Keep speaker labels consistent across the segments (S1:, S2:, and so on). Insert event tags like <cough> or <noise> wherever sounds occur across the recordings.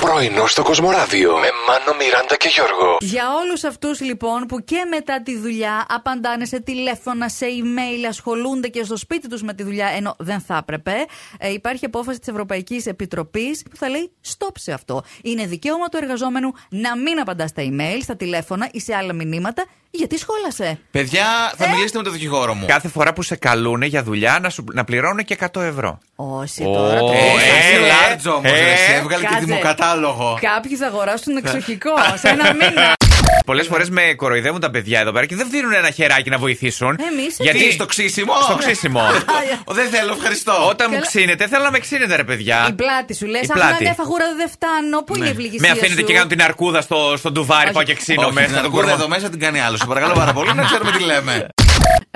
S1: Πρωινό στο Κοσμοράδιο με Μάνο, Μιράντα και Γιώργο.
S2: Για όλους αυτούς λοιπόν που και μετά τη δουλειά απαντάνε σε τηλέφωνα, σε email, ασχολούνται και στο σπίτι τους με τη δουλειά, ενώ δεν θα έπρεπε, ε, υπάρχει απόφαση της Ευρωπαϊκής Επιτροπής που θα λέει stop σε αυτό. Είναι δικαίωμα του εργαζόμενου να μην απαντά στα email, στα τηλέφωνα ή σε άλλα μηνύματα, γιατί σχόλασε.
S3: Παιδιά, θα
S2: Ε.
S3: μιλήσετε με τον δικηγόρο μου.
S4: Ναι. Κάθε φορά που σε καλούνε για δουλειά να, σου, να πληρώνουν και 100 ευρώ.
S2: Όσοι
S4: Ω,
S2: τώρα. το
S4: ε,
S2: ακούσατε,
S3: Ε,
S4: ε,
S3: large όμω.
S4: ε,
S3: Σε έβγαλε και
S2: κάτσε.
S3: δημοκατάλογο.
S2: Κάποιοι θα αγοράσουν εξοχικό σε ένα
S4: <laughs>
S2: μήνα. Ναι.
S4: Πολλές φορές με κοροϊδεύουν τα παιδιά εδώ πέρα και δεν δίνουν ένα χεράκι να βοηθήσουν.
S2: Εμείς, ε.
S3: Τι,
S4: Γιατί
S3: στο ξύσιμο.
S4: Στο
S2: <laughs>
S4: ξύσιμο.
S3: Ο, Δεν θέλω, ευχαριστώ.
S4: Όταν μου
S2: Καλά.
S4: ξύνετε, θέλω να με ξύνετε, ρε
S2: Η
S4: παιδιά.
S2: πλάτη σου λες:
S4: Η
S2: Αχ,
S4: πλάτη. Ναι.
S2: ναι, φαγούρα δεν φτάνω. Πού είναι η ευλογησία.
S4: Με αφήνετε
S2: σου?
S4: και κάνω την αρκούδα στο, στο ντουβάρι,
S2: Όχι.
S4: πάω και ξύνω
S3: Όχι, την
S4: μέσα.
S3: ακούρδα εδώ μέσα την κάνει άλλο. Σε παρακαλώ πάρα πολύ να ξέρουμε τι λέμε.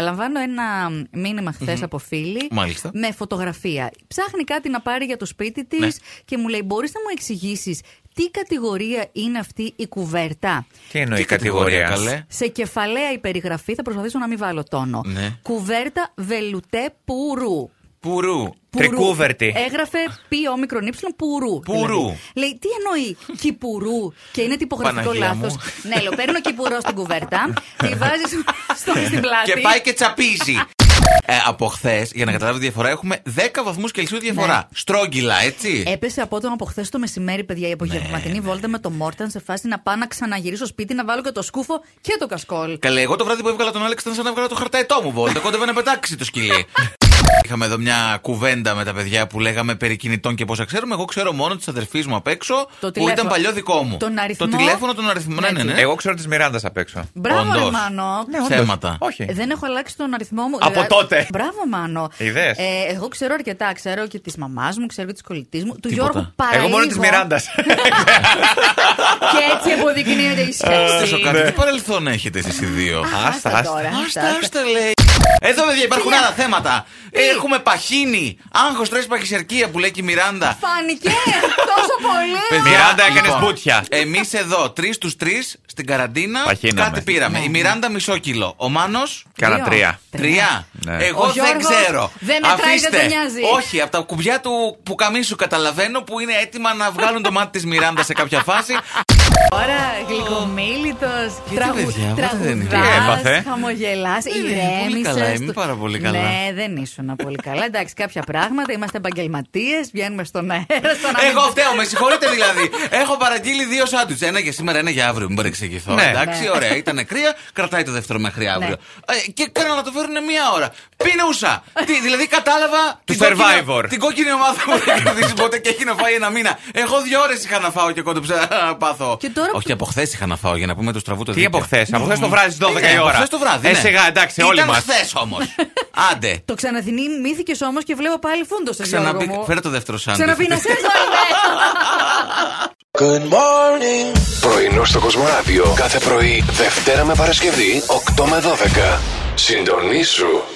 S2: Λαμβάνω ένα μήνυμα χθες από φίλη
S3: Μάλιστα.
S2: με φωτογραφία. Ψάχνει κάτι να πάρει για το σπίτι της
S3: Ναι.
S2: και μου λέει: Μπορείς να μου εξηγήσεις τι κατηγορία είναι αυτή η κουβέρτα.
S4: Τι εννοεί η
S3: Τι κατηγορία,
S4: κατηγορία.
S3: καλέ.
S2: Σε κεφαλαία η περιγραφή, θα προσπαθήσω να μην βάλω τόνο.
S3: Ναι.
S2: Κουβέρτα βελουτέ πουρού.
S3: Πουρού.
S2: Πουρού.
S4: Τρικούβερτη.
S2: Έγραφε πι όμικρον ύψιλον πουρού.
S3: Πουρού.
S2: δηλαδή. Λέει, τι εννοεί κυπουρού και είναι τυπογραφικό
S3: Παναγία μου.
S2: λάθος. ναι, λέω, παίρνω κυπουρό στην κουβέρτα, τη βάζεις στο, στην πλάτη.
S3: Και πάει και τσαπίζει. Ε, από χθες, για να καταλάβετε τη διαφορά, έχουμε 10 βαθμούς Κελσίου διαφορά.
S2: Ναι.
S3: Στρόγγυλα, έτσι.
S4: Ε.
S2: Έπεσε απότομα από χθες το μεσημέρι, παιδιά, η απογευματινή
S4: Ναι,
S2: βόλτα με το Μόρταν σε φάση να πάω να ξαναγυρίσω σπίτι, να βάλω και το σκούφο και το κασκόλ.
S3: Καλέ, εγώ το βράδυ που έβγαλα τον Άλεξ ήταν σαν να βγάλω το χαρταετό μου
S2: <laughs>
S3: βόλτα. Κόντευε να πετάξει το σκυλί. Είχαμε εδώ μια κουβέντα με τα παιδιά που λέγαμε περί κινητών και πόσα ξέρουμε. Εγώ ξέρω μόνο τη αδερφή μου απ' έξω που
S2: τηλέφωνο.
S3: ήταν παλιό δικό μου.
S2: Τον αριθμό.
S3: Το τηλέφωνο, τον αριθμό. Ναι, ναι,
S2: Έτσι.
S3: ναι.
S4: Εγώ ξέρω τη Μιράντας απ' έξω.
S2: Μπράβο, ρε
S3: Όντως.
S2: Μάνο.
S4: Ναι, όντως.
S3: Θέματα.
S4: Όχι.
S2: Δεν έχω αλλάξει τον αριθμό μου. δηλαδή-
S4: Από τότε.
S2: Μπράβο, Μάνο.
S4: Είδες.
S2: Ε, εγώ ξέρω αρκετά. Ξέρω και της μαμάς μου, ξέρω και της κολλητής μου, του
S3: Τίποτα.
S2: Γιώργου παραλίγο.
S4: Εγώ μόνο της Μιράντας.
S2: <laughs> Και έτσι αποδεικνύεται
S4: Ε,
S2: η
S3: Ωστόσο,
S2: σχέση.
S3: κάτι τι παρελθόν έχετε εσείς οι δύο.
S4: Ναι. Άστα,
S2: Άστα
S4: άστα.
S2: τώρα.
S3: Άστα, άστα λέει. Εδώ παιδιά υπάρχουν άλλα θέματα. Έχουμε παχύνη, άγχος, τρέσπα παχυσαρκία που λέει και η Μιράντα.
S2: Φάνηκε τόσο πολύ.
S4: Μιράντα, έκανες μπούτια.
S3: Εμείς λοιπόν, εδώ, τρεις στου τρεις, στην καραντίνα,
S4: Παχύναμε.
S3: κάτι πήραμε.
S2: Ναι,
S3: Η Μιράντα μισό κιλό. Ο Μάνος.
S4: Κάνα τρία.
S3: Τρία.
S4: Ναι.
S3: Εγώ
S2: Ο
S3: δεν
S2: Γιώργος
S3: ξέρω.
S2: δεν μετράει, δεν τον νοιάζει.
S3: Όχι, από τα κουμπιά του που καμίσου καταλαβαίνω που είναι έτοιμα να βγάλουν το μάτι της Μιράντα σε κάποια φάση.
S2: Τώρα γλυκομίλητο.
S3: Γιατί, παιδιά, ποτέ δεν είναι.
S4: Τι έπαθε?
S2: Χαμογελάς,
S3: ήμουν πολύ
S2: ηρέμησε.
S3: καλά, ήμουν πάρα πολύ καλά.
S2: Ναι, δεν ήσουν πολύ καλά. Εντάξει, κάποια πράγματα. Είμαστε επαγγελματίες, βγαίνουμε στον αέρα. στο να μην-
S3: Εγώ φταίω, με συγχωρείτε δηλαδή. Έχω παραγγείλει δύο σάντουιτ. Ένα για σήμερα, ένα για αύριο. Μην παρεξηγηθώ.
S4: Ναι.
S3: Εντάξει,
S2: Ναι.
S3: ωραία. Ήταν κρύα, κρατάει το δεύτερο μέχρι αύριο.
S2: Ναι.
S3: Ε, Και έκανα να το φέρουν μία ώρα. Πίνουσα. Τι, δηλαδή κατάλαβα.
S4: Του
S3: την κόκκινη-
S4: Survivor.
S3: Την κόκκινη ομάδα που δεν κερδίσει ποτέ και έχει να φάει ένα μήνα. Εγώ δύο ώρες είχα να φάω και κόντεψα να <laughs> πάθω.
S2: Και τώρα
S3: Όχι,
S2: που-
S3: από χθες είχα να φάω για να πούμε το στραβού το
S4: Τι από χθες, από χθες το βράδυ στις 12 η ώρα.
S3: Χθες το βράδυ.
S4: Ε,
S3: ναι.
S4: σιγά, εντάξει, όλοι
S3: Ήταν
S4: μας.
S3: χθες όμως.
S2: <laughs>
S3: Άντε.
S2: Το ξαναδυναμήθηκε όμως και βλέπω πάλι φούντο σε
S3: Ξαναπεί,
S2: Γιώργο μου.
S3: φέρε το δεύτερο σάντουιτ.
S2: Ξαναπεί να σε
S1: Πρωινό στο Κοσμοράδιο κάθε πρωί, Δευτέρα με Παρασκευή, 8 με 12. Συντονίσου